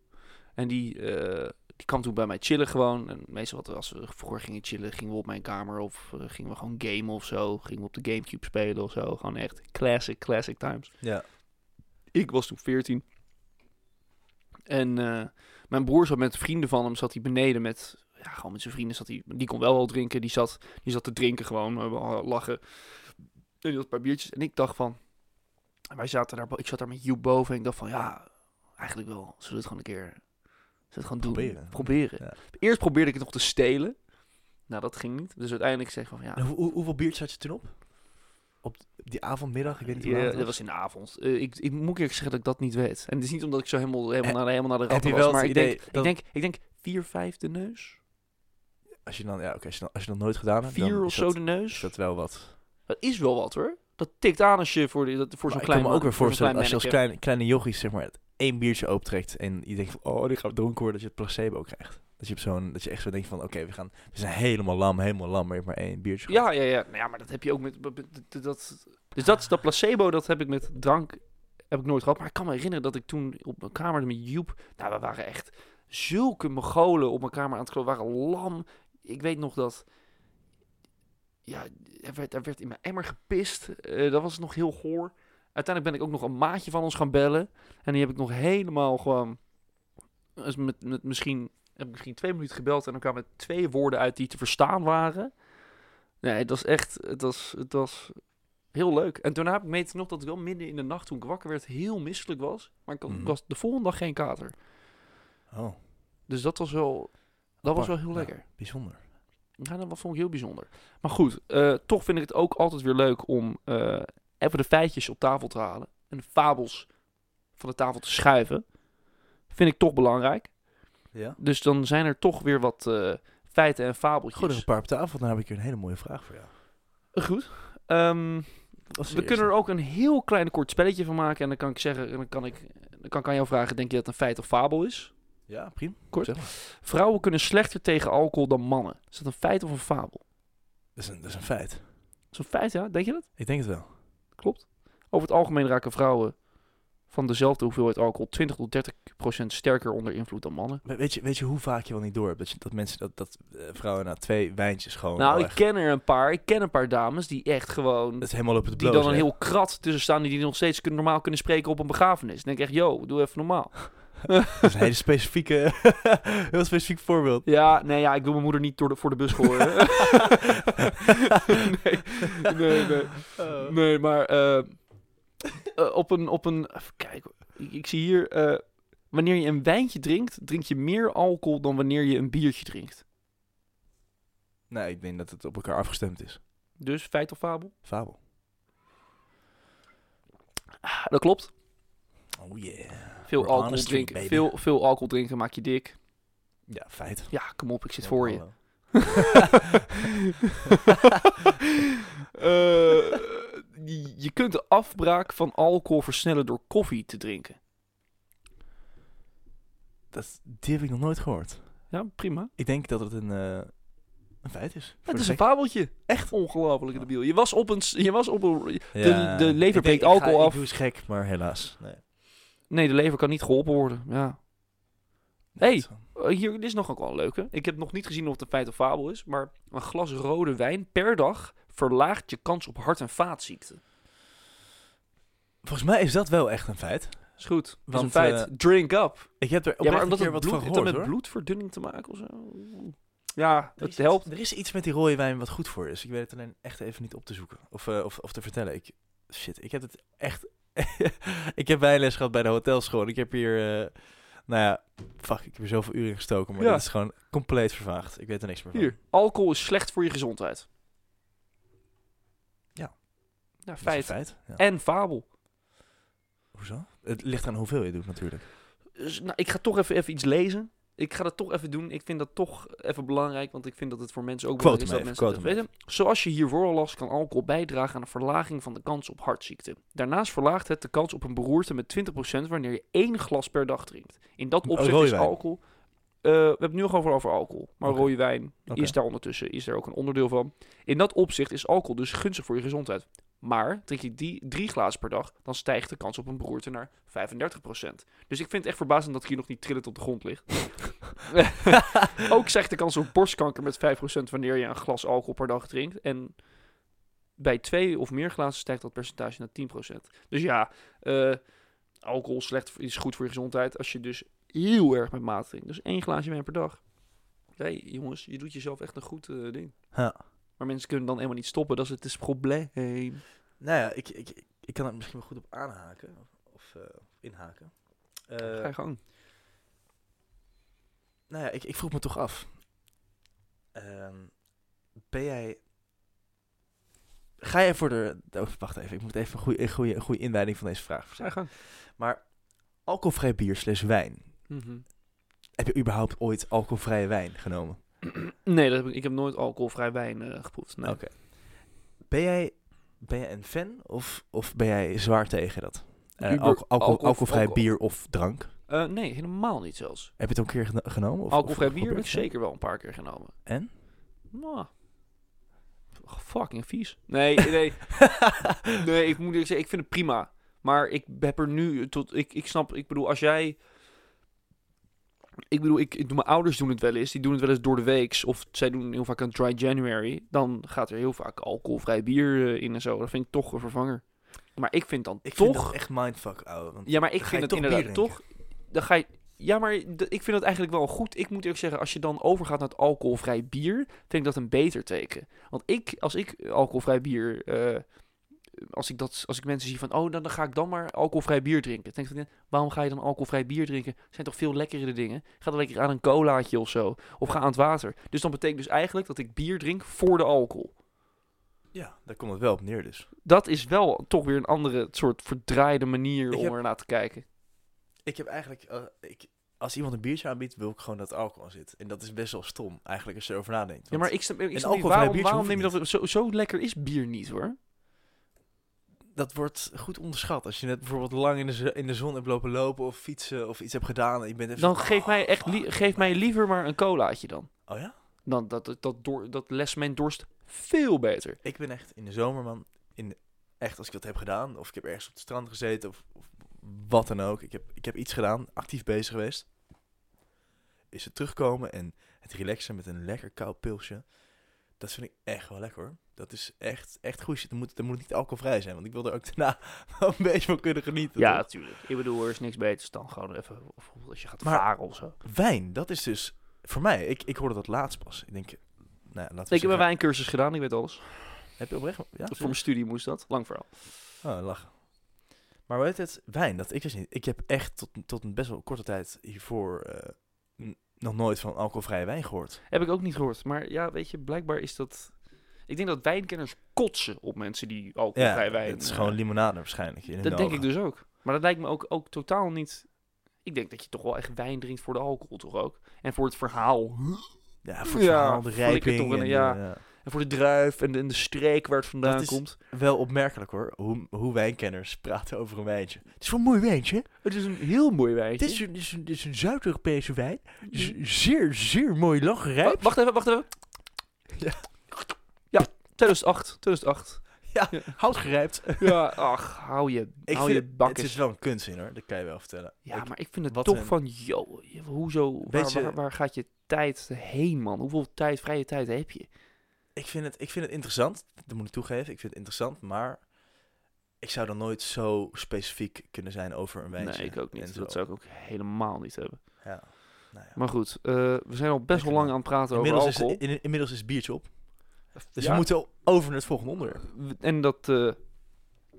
Speaker 1: En die, eh, die kwam toen bij mij chillen gewoon. En meestal wat, als we vroeger gingen chillen, gingen we op mijn kamer of eh, gingen we gewoon gamen of zo. Gingen we op de Gamecube spelen of zo. Gewoon echt classic, classic times.
Speaker 2: ja.
Speaker 1: Ik was toen 14. En eh, mijn broer zat met vrienden van hem, zat hij beneden met, ja, gewoon met zijn vrienden. Zat hij, die kon wel wel drinken, die zat, die zat te drinken gewoon, we hadden lachen. En die had een paar biertjes. En ik dacht van, wij zaten daar, bo- ik zat daar met Joep boven en ik dacht van, ja, eigenlijk wel, zullen we het gewoon een keer, zullen we het gewoon doen.
Speaker 2: Proberen.
Speaker 1: Proberen.
Speaker 2: Ja.
Speaker 1: Eerst probeerde ik het nog te stelen. Nou, dat ging niet. Dus uiteindelijk zei ik van, ja,
Speaker 2: En hoe, hoe- hoeveel biertjes had je toen op? Op die avondmiddag? Ik weet niet hoe
Speaker 1: Ja,
Speaker 2: laat het
Speaker 1: dat
Speaker 2: was.
Speaker 1: was in de avond. Eh, ik, ik moet eerlijk zeggen dat ik dat niet weet. En het is niet omdat ik zo helemaal, helemaal,
Speaker 2: Eh,
Speaker 1: naar, de- helemaal naar de
Speaker 2: heb je
Speaker 1: ratten was.
Speaker 2: wel
Speaker 1: maar
Speaker 2: het
Speaker 1: ik,
Speaker 2: idee
Speaker 1: denk, ik,
Speaker 2: dat-
Speaker 1: denk, ik denk vier, vijf de neus.
Speaker 2: Als je dan, ja, oké, als, je dan, als je dat nooit gedaan hebt,
Speaker 1: Vier
Speaker 2: Ah, dan
Speaker 1: of
Speaker 2: is
Speaker 1: zo
Speaker 2: dat,
Speaker 1: de
Speaker 2: is
Speaker 1: neus. Dat...
Speaker 2: dat wel wat.
Speaker 1: is wel wat hoor. Dat tikt aan als je voor, die- dat- voor
Speaker 2: Maar
Speaker 1: zo'n
Speaker 2: ik kan
Speaker 1: klein
Speaker 2: me ook
Speaker 1: voor
Speaker 2: weer
Speaker 1: zo'n
Speaker 2: voorstellen,
Speaker 1: klein
Speaker 2: als je als
Speaker 1: mannetje.
Speaker 2: kleine, kleine jochie zeg maar het één biertje optrekt en je denkt van, oh, die gaat dronken worden, dat je het placebo krijgt. Dat je, op zo'n, dat je echt zo denkt van, oké, we, gaan, we zijn helemaal lam, helemaal lam, maar je hebt maar één biertje gehad.
Speaker 1: Ja, ja, ja. Nou ja, maar dat heb je ook met... met- met- Dat, dus dat, dat placebo, dat heb ik met drank heb ik nooit gehad. Maar ik kan me herinneren dat ik toen op mijn kamer met Joep... Nou, we waren echt zulke mogolen op mijn kamer aan het kloppen. We waren lam. Ik weet nog dat... Ja, er werd, er werd in mijn emmer gepist. Eh, dat was nog heel goor. Uiteindelijk ben ik ook nog een maatje van ons gaan bellen. En die heb ik nog helemaal gewoon... Dus met, met misschien, heb ik misschien twee minuten gebeld... en dan kwamen twee woorden uit die te verstaan waren. Nee, het was echt... Het was, het was heel leuk. En daarna heb ik meet nog dat ik wel midden in de nacht... toen ik wakker werd, heel misselijk was. Maar ik, had,
Speaker 2: Mhm.
Speaker 1: ik was de volgende dag geen kater.
Speaker 2: Oh,
Speaker 1: Dus dat was wel, dat was
Speaker 2: Apart,
Speaker 1: wel heel
Speaker 2: ja.
Speaker 1: lekker.
Speaker 2: bijzonder.
Speaker 1: Ja, dat vond ik heel bijzonder. Maar goed, eh, toch vind ik het ook altijd weer leuk om eh, even de feitjes op tafel te halen. En de fabels van de tafel te schuiven. Vind ik toch belangrijk.
Speaker 2: Ja?
Speaker 1: Dus dan zijn er toch weer wat eh, feiten en fabeltjes.
Speaker 2: Goed, nog een paar op tafel, dan heb ik hier een hele mooie vraag voor jou.
Speaker 1: Goed. Ehm,
Speaker 2: Wat is de
Speaker 1: we kunnen er
Speaker 2: eerste?
Speaker 1: ook een heel klein kort spelletje van maken. En dan kan ik zeggen, en dan kan ik, dan kan ik aan jou vragen, denk je dat het een feit of fabel is?
Speaker 2: Ja, prima.
Speaker 1: Kort.
Speaker 2: Zeg maar.
Speaker 1: Vrouwen kunnen slechter tegen alcohol dan mannen. Is dat een feit of een fabel?
Speaker 2: Dat is, een, dat is een feit.
Speaker 1: Is dat een feit, ja? Denk je dat?
Speaker 2: Ik denk het wel.
Speaker 1: Klopt. Over het algemeen raken vrouwen van dezelfde hoeveelheid alcohol 20 tot 30 procent sterker onder invloed dan mannen.
Speaker 2: Maar weet je, weet je hoe vaak je wel niet door hebt? Dat, je, dat mensen, dat, dat eh, vrouwen na twee wijntjes gewoon... al
Speaker 1: nou, ik
Speaker 2: Oh, echt-
Speaker 1: ken er een paar. Ik ken een paar dames die echt gewoon.
Speaker 2: dat is helemaal op het
Speaker 1: Die
Speaker 2: bloot.
Speaker 1: dan een
Speaker 2: hè?
Speaker 1: heel krat tussen staan die, die nog steeds kunnen, normaal kunnen spreken op een begrafenis. Dan denk ik echt, yo, doe even normaal.
Speaker 2: Dat is een hele specifieke, <laughs> heel specifiek voorbeeld.
Speaker 1: Ja, nee, ja, ik wil mijn moeder niet door de, voor de bus
Speaker 2: <laughs>
Speaker 1: gooien. nee, nee, nee. <laughs>
Speaker 2: Oh.
Speaker 1: Nee, maar eh, eh, op een... Op een even kijken, ik, ik zie hier... eh, wanneer je een wijntje drinkt, drink je meer alcohol dan wanneer je een biertje drinkt.
Speaker 2: Nee, ik denk dat het op elkaar afgestemd is.
Speaker 1: Dus feit of fabel?
Speaker 2: Fabel.
Speaker 1: Ah, dat klopt.
Speaker 2: Oh yeah.
Speaker 1: Veel
Speaker 2: We're
Speaker 1: alcohol,
Speaker 2: honest with you,
Speaker 1: drinken,
Speaker 2: baby.
Speaker 1: veel, veel alcohol drinken maakt je dik.
Speaker 2: Ja, feit.
Speaker 1: Ja, kom op, ik zit voor <laughs> je. Eh, je- je kunt de afbraak van alcohol versnellen door koffie te drinken.
Speaker 2: Dat, die heb ik nog nooit gehoord.
Speaker 1: Ja, prima.
Speaker 2: Ik denk dat het een, eh, een feit is. Voor
Speaker 1: Het
Speaker 2: de
Speaker 1: is een
Speaker 2: zeker-
Speaker 1: fabeltje. Echt ongelooflijk debiel. Je was op een... s- Je was op een
Speaker 2: Ja.
Speaker 1: de lever
Speaker 2: Ik denk,
Speaker 1: breekt
Speaker 2: ik ga-
Speaker 1: alcohol af.
Speaker 2: Ik doe eens gek, maar helaas. Nee.
Speaker 1: Nee, de lever kan niet geholpen worden. Ja. Hey.
Speaker 2: Nee, dat is wel-
Speaker 1: Eh, Hier, dit is nog ook wel een leuke. Ik heb nog niet gezien of het een feit of fabel is, maar een glas rode wijn per dag verlaagt je kans op hart- en vaatziekten.
Speaker 2: Volgens mij is dat wel echt een feit.
Speaker 1: Is goed. Dat is
Speaker 2: Want,
Speaker 1: een feit.
Speaker 2: eh,
Speaker 1: Drink up.
Speaker 2: Ik heb er
Speaker 1: Ja, maar
Speaker 2: oprecht een
Speaker 1: omdat
Speaker 2: keer
Speaker 1: het
Speaker 2: wat
Speaker 1: bloed, heeft
Speaker 2: van
Speaker 1: dat
Speaker 2: gehoord,
Speaker 1: met
Speaker 2: hoor.
Speaker 1: bloedverdunning te maken of zo? Ja,
Speaker 2: Er
Speaker 1: het
Speaker 2: is
Speaker 1: helpt.
Speaker 2: Iets, er is iets met die rode wijn wat goed voor is. Ik weet het alleen echt even niet op te zoeken. Of, eh, of, of te vertellen. Ik, shit, ik heb het echt... <laughs> ik heb wijnles gehad bij de hotelschool. Ik heb hier... eh, nou ja, fuck, ik heb er zoveel uren in gestoken. Maar
Speaker 1: Ja.
Speaker 2: dit is gewoon compleet vervaagd. Ik weet er niks meer van.
Speaker 1: Hier, alcohol is slecht voor je gezondheid.
Speaker 2: Ja.
Speaker 1: Nou,
Speaker 2: Dat is een
Speaker 1: feit.
Speaker 2: feit. Ja.
Speaker 1: En fabel.
Speaker 2: Hoezo? Het ligt aan hoeveel je doet natuurlijk.
Speaker 1: Dus, nou, ik ga toch even, even iets lezen. Ik ga dat toch even doen. Ik vind dat toch even belangrijk, want ik vind dat het voor mensen ook
Speaker 2: Quote
Speaker 1: belangrijk
Speaker 2: hem
Speaker 1: is dat
Speaker 2: even,
Speaker 1: mensen dat
Speaker 2: quote hem
Speaker 1: weten. Zoals je hiervoor al las, kan alcohol bijdragen aan een verlaging van de kans op hartziekte. Daarnaast verlaagt het de kans op een beroerte met 20% wanneer je één glas per dag drinkt. In dat
Speaker 2: Oh,
Speaker 1: opzicht
Speaker 2: rode
Speaker 1: is
Speaker 2: wijn.
Speaker 1: alcohol... eh, we hebben het nu gewoon over, over alcohol. Maar
Speaker 2: Oké.
Speaker 1: rode wijn
Speaker 2: Oké.
Speaker 1: is daar ondertussen is daar ook een onderdeel van. In dat opzicht is alcohol dus gunstig voor je gezondheid. Maar drink je die drie glazen per dag, dan stijgt de kans op een beroerte naar 35%. Dus ik vind het echt verbazend dat ik hier nog niet trillend op de grond
Speaker 2: <laughs>
Speaker 1: lig. Ook zegt de kans op borstkanker met 5% wanneer je een glas alcohol per dag drinkt. En bij twee of meer glazen stijgt dat percentage naar 10%. Dus ja, eh, alcohol is slecht, is goed voor je gezondheid als je dus heel erg met maat drinkt. Dus één glaasje wijn per dag. Nee, jongens, je doet jezelf echt een goed eh, ding.
Speaker 2: Ja.
Speaker 1: Maar mensen kunnen dan helemaal niet stoppen, dat is het is het probleem. Eh,
Speaker 2: Nou ja, ik, ik, ik kan er misschien wel goed op aanhaken. Of, of, eh, inhaken. Eh,
Speaker 1: Ga je gang.
Speaker 2: nou ja, ik, ik vroeg me toch af. Ehm, ben jij... Ga jij voor de... oh, wacht even, ik moet even een goede, een goede, een goede inleiding van deze vraag
Speaker 1: Ga je
Speaker 2: verzinnen.
Speaker 1: gang.
Speaker 2: Alcoholvrij bier slash wijn.
Speaker 1: Mhm. <clears throat>
Speaker 2: Heb je überhaupt ooit alcoholvrije wijn genomen?
Speaker 1: Nee, dat heb ik, ik heb nooit alcoholvrij wijn eh, geproefd. Nee.
Speaker 2: Oké. Ben jij, ben jij een fan of, of ben jij zwaar tegen dat? Eh,
Speaker 1: Uber-
Speaker 2: alco- alcohol-
Speaker 1: alcohol-
Speaker 2: alcoholvrij
Speaker 1: alcohol.
Speaker 2: bier of drank?
Speaker 1: Eh, nee, helemaal niet zelfs.
Speaker 2: Heb je het al een keer geno- genomen? Of,
Speaker 1: Alcoholvrij
Speaker 2: of
Speaker 1: bier heb ik
Speaker 2: geprobeerd?
Speaker 1: zeker wel een paar keer genomen.
Speaker 2: En?
Speaker 1: Nou, fucking vies. Nee, <laughs> nee, nee, ik moet eerlijk zeggen, ik vind het prima. Maar ik heb er nu tot, ik, ik snap, ik bedoel, als jij, ik bedoel, ik, ik doe, mijn ouders doen het wel eens, die doen het wel eens door de weeks, of zij doen heel vaak een dry January, dan gaat er heel vaak alcoholvrij bier eh, in en zo. Dat vind ik toch een vervanger. Maar ik vind dan
Speaker 2: Ik
Speaker 1: toch,
Speaker 2: vind dat echt mindfuck, ouwe. Want
Speaker 1: ja, maar ik
Speaker 2: ga
Speaker 1: vind
Speaker 2: je
Speaker 1: het
Speaker 2: toch bier
Speaker 1: inderdaad toch,
Speaker 2: drinken.
Speaker 1: dan ga je, ja, maar d- ik vind dat eigenlijk wel goed. Ik moet eerlijk zeggen, als je dan overgaat naar het alcoholvrij bier, vind ik dat een beter teken. Want ik, als ik alcoholvrij bier, eh, als, ik dat, als ik mensen zie van, oh, dan, dan ga ik dan maar alcoholvrij bier drinken. Dan Denk ik, van, ja, waarom ga je dan alcoholvrij bier drinken? Er zijn toch veel lekkere dingen? Ga dan lekker aan een colaatje of zo, of ga aan het water. Dus dan betekent dus eigenlijk dat ik bier drink voor de alcohol.
Speaker 2: ja, daar komt het wel op neer dus.
Speaker 1: Dat is wel toch weer een andere soort verdraaide manier
Speaker 2: Ik
Speaker 1: om
Speaker 2: heb-
Speaker 1: ernaar te kijken.
Speaker 2: Ik heb eigenlijk... eh, ik, als iemand een biertje aanbiedt, wil ik gewoon dat er alcohol in zit. En dat is best wel stom, eigenlijk, als je erover nadenkt.
Speaker 1: Ja,
Speaker 2: Want
Speaker 1: maar ik snap, ik
Speaker 2: een
Speaker 1: snap niet,
Speaker 2: alcoholvrij
Speaker 1: waarom,
Speaker 2: biertje
Speaker 1: waarom
Speaker 2: hoeft
Speaker 1: neem je dat... Zo, zo lekker is bier niet, hoor.
Speaker 2: dat wordt goed onderschat. Als je net bijvoorbeeld lang in de, zo- in de zon hebt lopen lopen of fietsen of iets hebt gedaan... En je bent even
Speaker 1: Dan
Speaker 2: zo-
Speaker 1: geef mij, echt
Speaker 2: fuck,
Speaker 1: li- geef mij liever maar een colaatje dan.
Speaker 2: Oh ja?
Speaker 1: Dan dat, dat, dat, door, dat les mijn dorst veel beter.
Speaker 2: Ik ben echt in de zomer, man. In, echt, als ik dat heb gedaan, of ik heb ergens op het strand gezeten, of, of wat dan ook. Ik heb, ik heb iets gedaan, actief bezig geweest. Is het terugkomen en het relaxen met een lekker koud pilsje. Dat vind ik echt wel lekker hoor. Dat is echt, echt goed shit. Er moet, er moet niet alcoholvrij zijn, want ik wil er ook <laughs> daarna wel een beetje van kunnen genieten.
Speaker 1: ja,
Speaker 2: toch?
Speaker 1: natuurlijk. Ik bedoel, er is niks beters dan gewoon even... Of als je gaat
Speaker 2: Maar-
Speaker 1: varen of zo.
Speaker 2: Wijn, dat is dus voor mij. Ik, ik hoorde dat laatst pas. Ik denk, nou, laten we
Speaker 1: Ik heb een
Speaker 2: zeggen-
Speaker 1: wijncursus gedaan, ik weet alles.
Speaker 2: Heb je oprecht? Ja,
Speaker 1: Voor mijn studie moest dat. Lang verhaal.
Speaker 2: Oh, lachen. Maar weet het, wijn, dat ik dus niet. Ik heb echt tot, tot een best wel korte tijd hiervoor eh, n- nog nooit van alcoholvrije wijn gehoord.
Speaker 1: Heb ik ook niet gehoord. Maar ja, weet je, blijkbaar is dat... Ik denk dat wijnkenners kotsen op mensen die alcoholvrij wijn...
Speaker 2: het is
Speaker 1: eh,
Speaker 2: gewoon limonade waarschijnlijk. in hun
Speaker 1: Dat denk ik
Speaker 2: ogen.
Speaker 1: dus ook. Maar dat lijkt me ook, ook totaal niet. Ik denk dat je toch wel echt wijn drinkt voor de alcohol, toch ook? En voor het verhaal.
Speaker 2: Ja, voor het
Speaker 1: dus- Ja,
Speaker 2: verhaal, de
Speaker 1: flikker
Speaker 2: rijping.
Speaker 1: toch in
Speaker 2: en
Speaker 1: een-
Speaker 2: de- eh,
Speaker 1: ja.
Speaker 2: ja.
Speaker 1: En voor de druif en de, en de streek waar het vandaan
Speaker 2: Dat is-
Speaker 1: komt.
Speaker 2: Wel opmerkelijk hoor, hoe, hoe wijnkenners praten over een wijntje. Het is wel een mooi wijntje.
Speaker 1: Het is een heel mooi wijntje.
Speaker 2: Dit is een, dit is een, dit is een Zuid-Europese wijn. Het is zeer, zeer mooi
Speaker 1: Hm. Wa-
Speaker 2: langrijp.
Speaker 1: wacht even, wacht even.
Speaker 2: Ja.
Speaker 1: Ja, 2008, 2008.
Speaker 2: Houtgerijpt.
Speaker 1: Ja, ach, hou je,
Speaker 2: Ik
Speaker 1: hou
Speaker 2: vind,
Speaker 1: je
Speaker 2: het is
Speaker 1: bakkes.
Speaker 2: wel een kunst in hoor, dat kan je wel vertellen.
Speaker 1: Ja,
Speaker 2: Ik-
Speaker 1: maar ik vind het
Speaker 2: wat
Speaker 1: toch
Speaker 2: een-
Speaker 1: van, joh, je- hoezo, waar,
Speaker 2: Weet je-
Speaker 1: waar, waar gaat je tijd heen, man? Hoeveel tijd, vrije tijd heb je?
Speaker 2: Ik vind het, ik vind het interessant, dat moet ik toegeven. Ik vind het interessant, maar ik zou dan nooit zo specifiek kunnen zijn over een wijntje.
Speaker 1: Nee, ik ook
Speaker 2: en
Speaker 1: niet.
Speaker 2: zo.
Speaker 1: Dat zou ik ook helemaal niet hebben.
Speaker 2: Ja. Nou ja.
Speaker 1: Maar goed, eh, we zijn al best wel
Speaker 2: Lekker
Speaker 1: lang aan het praten
Speaker 2: Inmiddels is,
Speaker 1: over alcohol.
Speaker 2: in- inmiddels is het biertje op. Dus
Speaker 1: Ja.
Speaker 2: we moeten over naar het volgende onderwerp.
Speaker 1: En dat, eh,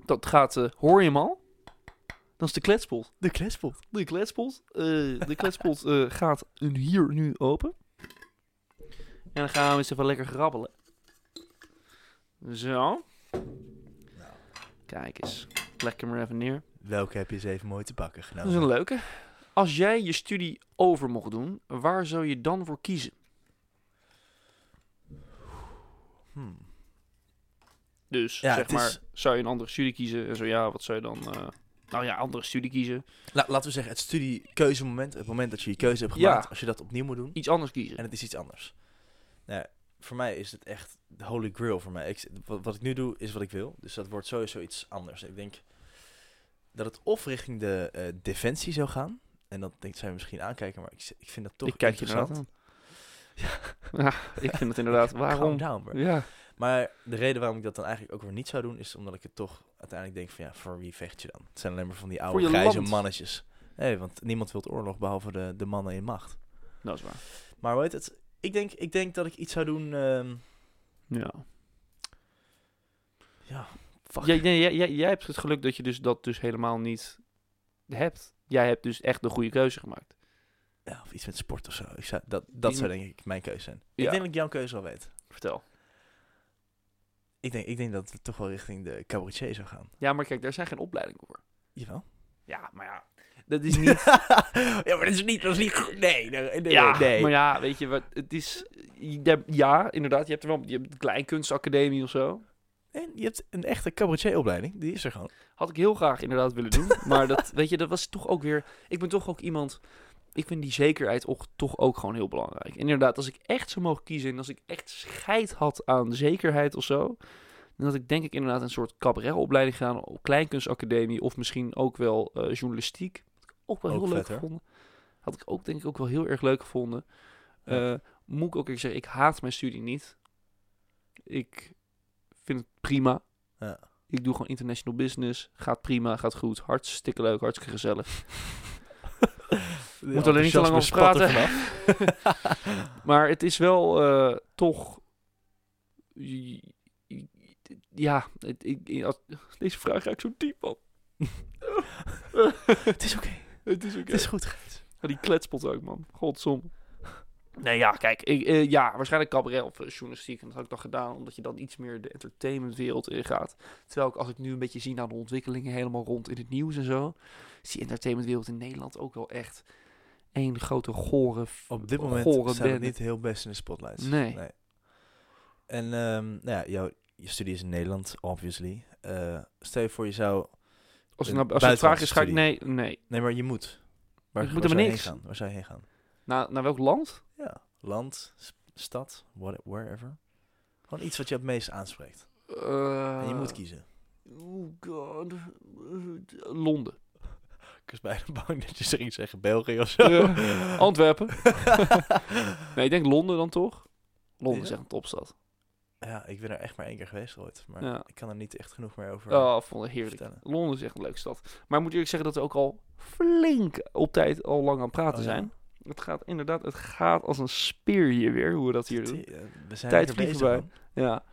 Speaker 1: dat gaat, eh, hoor je hem al? Dat is de kletspot.
Speaker 2: De klespot.
Speaker 1: De kletspot, eh, de kletspot eh, gaat een hier nu open. En dan gaan we eens even lekker grabbelen. Zo. Kijk eens. Leg hem er even neer.
Speaker 2: Welke heb je eens even mooi te pakken
Speaker 1: Dat
Speaker 2: genomen?
Speaker 1: is een leuke. Als jij je studie over mocht doen, waar zou je dan voor kiezen?
Speaker 2: Hmm.
Speaker 1: Dus
Speaker 2: Ja,
Speaker 1: zeg
Speaker 2: het is-
Speaker 1: maar, zou je een andere studie kiezen? En zo ja, wat zou je dan... eh, nou ja, andere studie kiezen.
Speaker 2: La- laten we zeggen, het studiekeuzemoment, het moment dat je je keuze hebt gemaakt,
Speaker 1: Ja.
Speaker 2: als je dat opnieuw moet doen.
Speaker 1: Iets anders kiezen.
Speaker 2: En het is iets anders. Nou, ja, voor mij is het echt de holy grail voor mij. Ik, wat, wat ik nu doe, is wat ik wil. Dus dat wordt sowieso iets anders. Ik denk dat het of richting de eh, defensie zou gaan. En dat denkt zij misschien aankijken, maar ik, z- ik vind dat toch
Speaker 1: ik kijk je inderdaad
Speaker 2: interessant.
Speaker 1: aan. <laughs> Ja, ik vind het <laughs> inderdaad.
Speaker 2: Calm
Speaker 1: Waarom?
Speaker 2: down, bro.
Speaker 1: Ja,
Speaker 2: Maar de reden waarom ik dat dan eigenlijk ook weer niet zou doen, is omdat ik het toch uiteindelijk denk van ja, voor wie vecht je dan? Het zijn alleen maar van die oude
Speaker 1: je
Speaker 2: grijze
Speaker 1: land.
Speaker 2: mannetjes. Nee, want niemand wil oorlog behalve de, de mannen in macht.
Speaker 1: dat is waar.
Speaker 2: Maar weet het, ik denk, ik denk dat ik iets zou doen. ehm,
Speaker 1: Ja.
Speaker 2: ja, fuck.
Speaker 1: Jij, nee, jij, jij, jij hebt het geluk dat je dus dat dus helemaal niet hebt. Jij hebt dus echt de goede keuze gemaakt.
Speaker 2: Ja, of iets met sport of zo. Ik zou, dat dat zou denk ik mijn keuze zijn.
Speaker 1: Ja.
Speaker 2: Ik denk dat ik jouw keuze al weet.
Speaker 1: Vertel.
Speaker 2: Ik denk, ik denk dat we toch wel richting de cabaretier zou gaan.
Speaker 1: Ja, maar kijk, daar zijn geen opleidingen voor.
Speaker 2: <laughs> Jawel.
Speaker 1: Ja, maar ja. Dat is niet...
Speaker 2: ja, maar dat is niet. Dat is niet goed. nee, nee, nee, nee.
Speaker 1: <laughs> ja,
Speaker 2: nee.
Speaker 1: maar ja, weet je wat? Het is... je hebt- Ja, inderdaad. Je hebt er wel... Je hebt een kleinkunstacademie of zo.
Speaker 2: En je hebt een echte cabaretieropleiding. Die is er gewoon.
Speaker 1: Had ik heel graag inderdaad willen doen. Maar dat, weet je, dat was toch ook weer... Ik ben toch ook iemand... Ik vind die zekerheid ook, toch ook gewoon heel belangrijk. Inderdaad, als ik echt zou mogen kiezen... en als ik echt scheid had aan zekerheid of zo... dan had ik denk ik inderdaad een soort cabaretopleiding gedaan... op kleinkunstacademie of misschien ook wel eh, journalistiek. Had ik ook wel
Speaker 2: Ook
Speaker 1: heel leuk
Speaker 2: vet, hè?
Speaker 1: gevonden. Had ik ook denk ik ook wel heel erg leuk gevonden.
Speaker 2: Ja.
Speaker 1: Eh, moet ik ook eerlijk zeggen, ik haat mijn studie niet. Ik vind het prima.
Speaker 2: Ja.
Speaker 1: Ik doe gewoon international business. Gaat prima, gaat goed. Hartstikke leuk, hartstikke gezellig. Moet alleen niet te lang over
Speaker 2: Enthousiasme spat er
Speaker 1: praten.
Speaker 2: <laughs> vanaf.
Speaker 1: Maar het is wel eh, toch... Ja, het- ik, ik- als- deze vraag raakt zo diep op.
Speaker 2: het is oké.
Speaker 1: <laughs> Het is ook
Speaker 2: Het is goed, Gijs.
Speaker 1: Die kletspot ook, man. Godsom. Nee, ja, kijk. Ik, eh, ja, waarschijnlijk cabaret of eh, journalistiek. En dat had ik dan gedaan, omdat je dan iets meer de entertainmentwereld ingaat. Terwijl ik, als ik nu een beetje zie naar de ontwikkelingen helemaal rond in het nieuws en zo... is die entertainmentwereld in Nederland ook wel echt één grote gore... f-
Speaker 2: Op dit moment
Speaker 1: gore
Speaker 2: staat het
Speaker 1: bende.
Speaker 2: niet heel best in de spotlights.
Speaker 1: Nee.
Speaker 2: En ehm, nou ja, jouw, je studie is in Nederland, obviously. Eh, stel je voor, je zou...
Speaker 1: Als ik
Speaker 2: een
Speaker 1: nou, als ik vraag is, ga ik...
Speaker 2: buitenlandse
Speaker 1: Nee, nee.
Speaker 2: Nee, maar je moet. Waar,
Speaker 1: Ik
Speaker 2: waar
Speaker 1: moet er
Speaker 2: zou je
Speaker 1: niks.
Speaker 2: heen gaan? Waar zou je heen gaan?
Speaker 1: Naar, naar welk land?
Speaker 2: Ja, land, s- stad, what, wherever. Gewoon iets wat je het meest aanspreekt. en je moet kiezen.
Speaker 1: Eh, Oh god. Eh,
Speaker 2: <laughs>
Speaker 1: Londen.
Speaker 2: Ik was bijna <laughs> bang dat je ze ging zeggen België of zo. <laughs>
Speaker 1: Ja. Eh, Antwerpen. Nee, ik denk Londen dan toch? Londen is
Speaker 2: Ja.
Speaker 1: echt een topstad.
Speaker 2: ja, ik ben er echt maar één keer geweest ooit. Maar
Speaker 1: Ja.
Speaker 2: ik kan er niet echt genoeg meer over
Speaker 1: Oh, vond het heerlijk.
Speaker 2: vertellen.
Speaker 1: Londen is echt een leuke stad. Maar ik moet eerlijk zeggen dat we ook al flink op tijd al lang aan het praten
Speaker 2: Oh, ja.
Speaker 1: zijn. Het gaat inderdaad, het gaat als een speer hier weer, hoe we dat hier doen.
Speaker 2: Die- eh, We zijn
Speaker 1: Tijd
Speaker 2: lekker
Speaker 1: vliegt
Speaker 2: bezig,
Speaker 1: voorbij.
Speaker 2: man.
Speaker 1: Ja.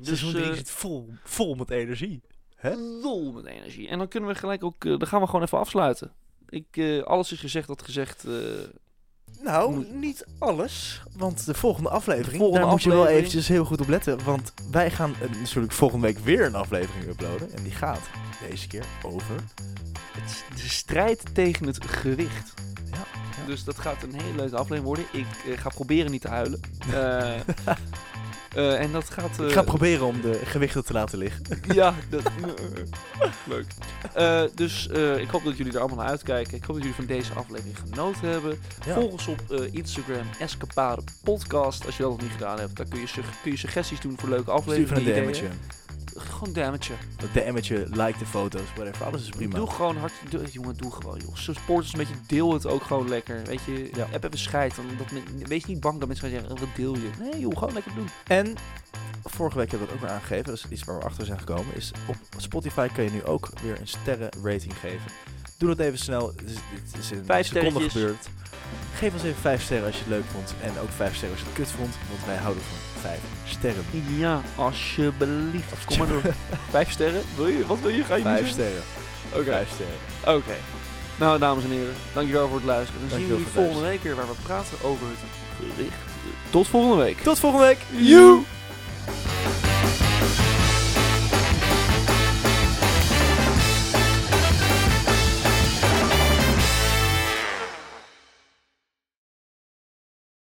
Speaker 2: Seizoen
Speaker 1: eh,
Speaker 2: drie zit vol, vol met energie. hè?
Speaker 1: lol met energie. En dan kunnen we gelijk ook, eh, dan gaan we gewoon even afsluiten. Ik, eh, alles is gezegd, dat gezegd. eh,
Speaker 2: Nou,
Speaker 1: Moet-
Speaker 2: niet alles. Want de volgende aflevering,
Speaker 1: Volgende
Speaker 2: daar moet je wel
Speaker 1: aflevering.
Speaker 2: eventjes heel goed op letten. Want wij gaan eh, natuurlijk volgende week weer een aflevering uploaden. En die gaat deze keer over...
Speaker 1: het, de strijd tegen het gewicht.
Speaker 2: Ja, ja.
Speaker 1: Dus dat gaat een hele leuke aflevering worden. Ik eh, ga proberen niet te
Speaker 2: <laughs>
Speaker 1: huilen. Eh, eh, en dat gaat... eh,
Speaker 2: Ik ga proberen om de gewichten te laten liggen.
Speaker 1: <laughs> Ja, dat... Leuk. Eh, dus eh, ik hoop dat jullie er allemaal naar uitkijken. Ik hoop dat jullie van deze aflevering genoten hebben. Volg ons op eh, Instagram, Escapade Podcast. Als je dat nog niet gedaan hebt, dan kun je, sug- kun je suggesties doen voor leuke
Speaker 2: Stuur van
Speaker 1: afleveringen.
Speaker 2: een
Speaker 1: ideeën.
Speaker 2: DM'tje.
Speaker 1: Gewoon damage.
Speaker 2: Een DM'tje, like de foto's, whatever. Alles is prima.
Speaker 1: Doe gewoon hard. Doe, jongen, doe gewoon, joh. Support ons een beetje. Deel het ook gewoon lekker. Weet je,
Speaker 2: Ja.
Speaker 1: heb even scheid. want Dat men- wees niet bang dat mensen gaan zeggen: oh, wat deel je? Nee, joh, gewoon lekker doen.
Speaker 2: En vorige week hebben we dat ook weer aangegeven. Dat is iets waar we achter zijn gekomen. Is op Spotify kan je nu ook weer een sterrenrating geven. Doe dat even snel. Het is, het is in
Speaker 1: Vijf
Speaker 2: seconden
Speaker 1: sterretjes.
Speaker 2: gebeurd. Geef ons even vijf sterren als je het leuk vond. En ook vijf sterren als je het kut vond. Want wij houden van vijf sterren.
Speaker 1: Ja, alsjeblieft. Kom maar
Speaker 2: <laughs>
Speaker 1: door. Vijf sterren? Wil je, wat wil je? Ga je
Speaker 2: Vijf
Speaker 1: sterren.
Speaker 2: sterren.
Speaker 1: Oké.
Speaker 2: Vijf sterren.
Speaker 1: Oké. Nou, dames en heren, dankjewel voor het luisteren. Dan zien
Speaker 2: Dankjewel
Speaker 1: we jullie
Speaker 2: voor het
Speaker 1: volgende week weer waar we praten over het gericht. Tot volgende week.
Speaker 2: Tot volgende week.
Speaker 1: Joe!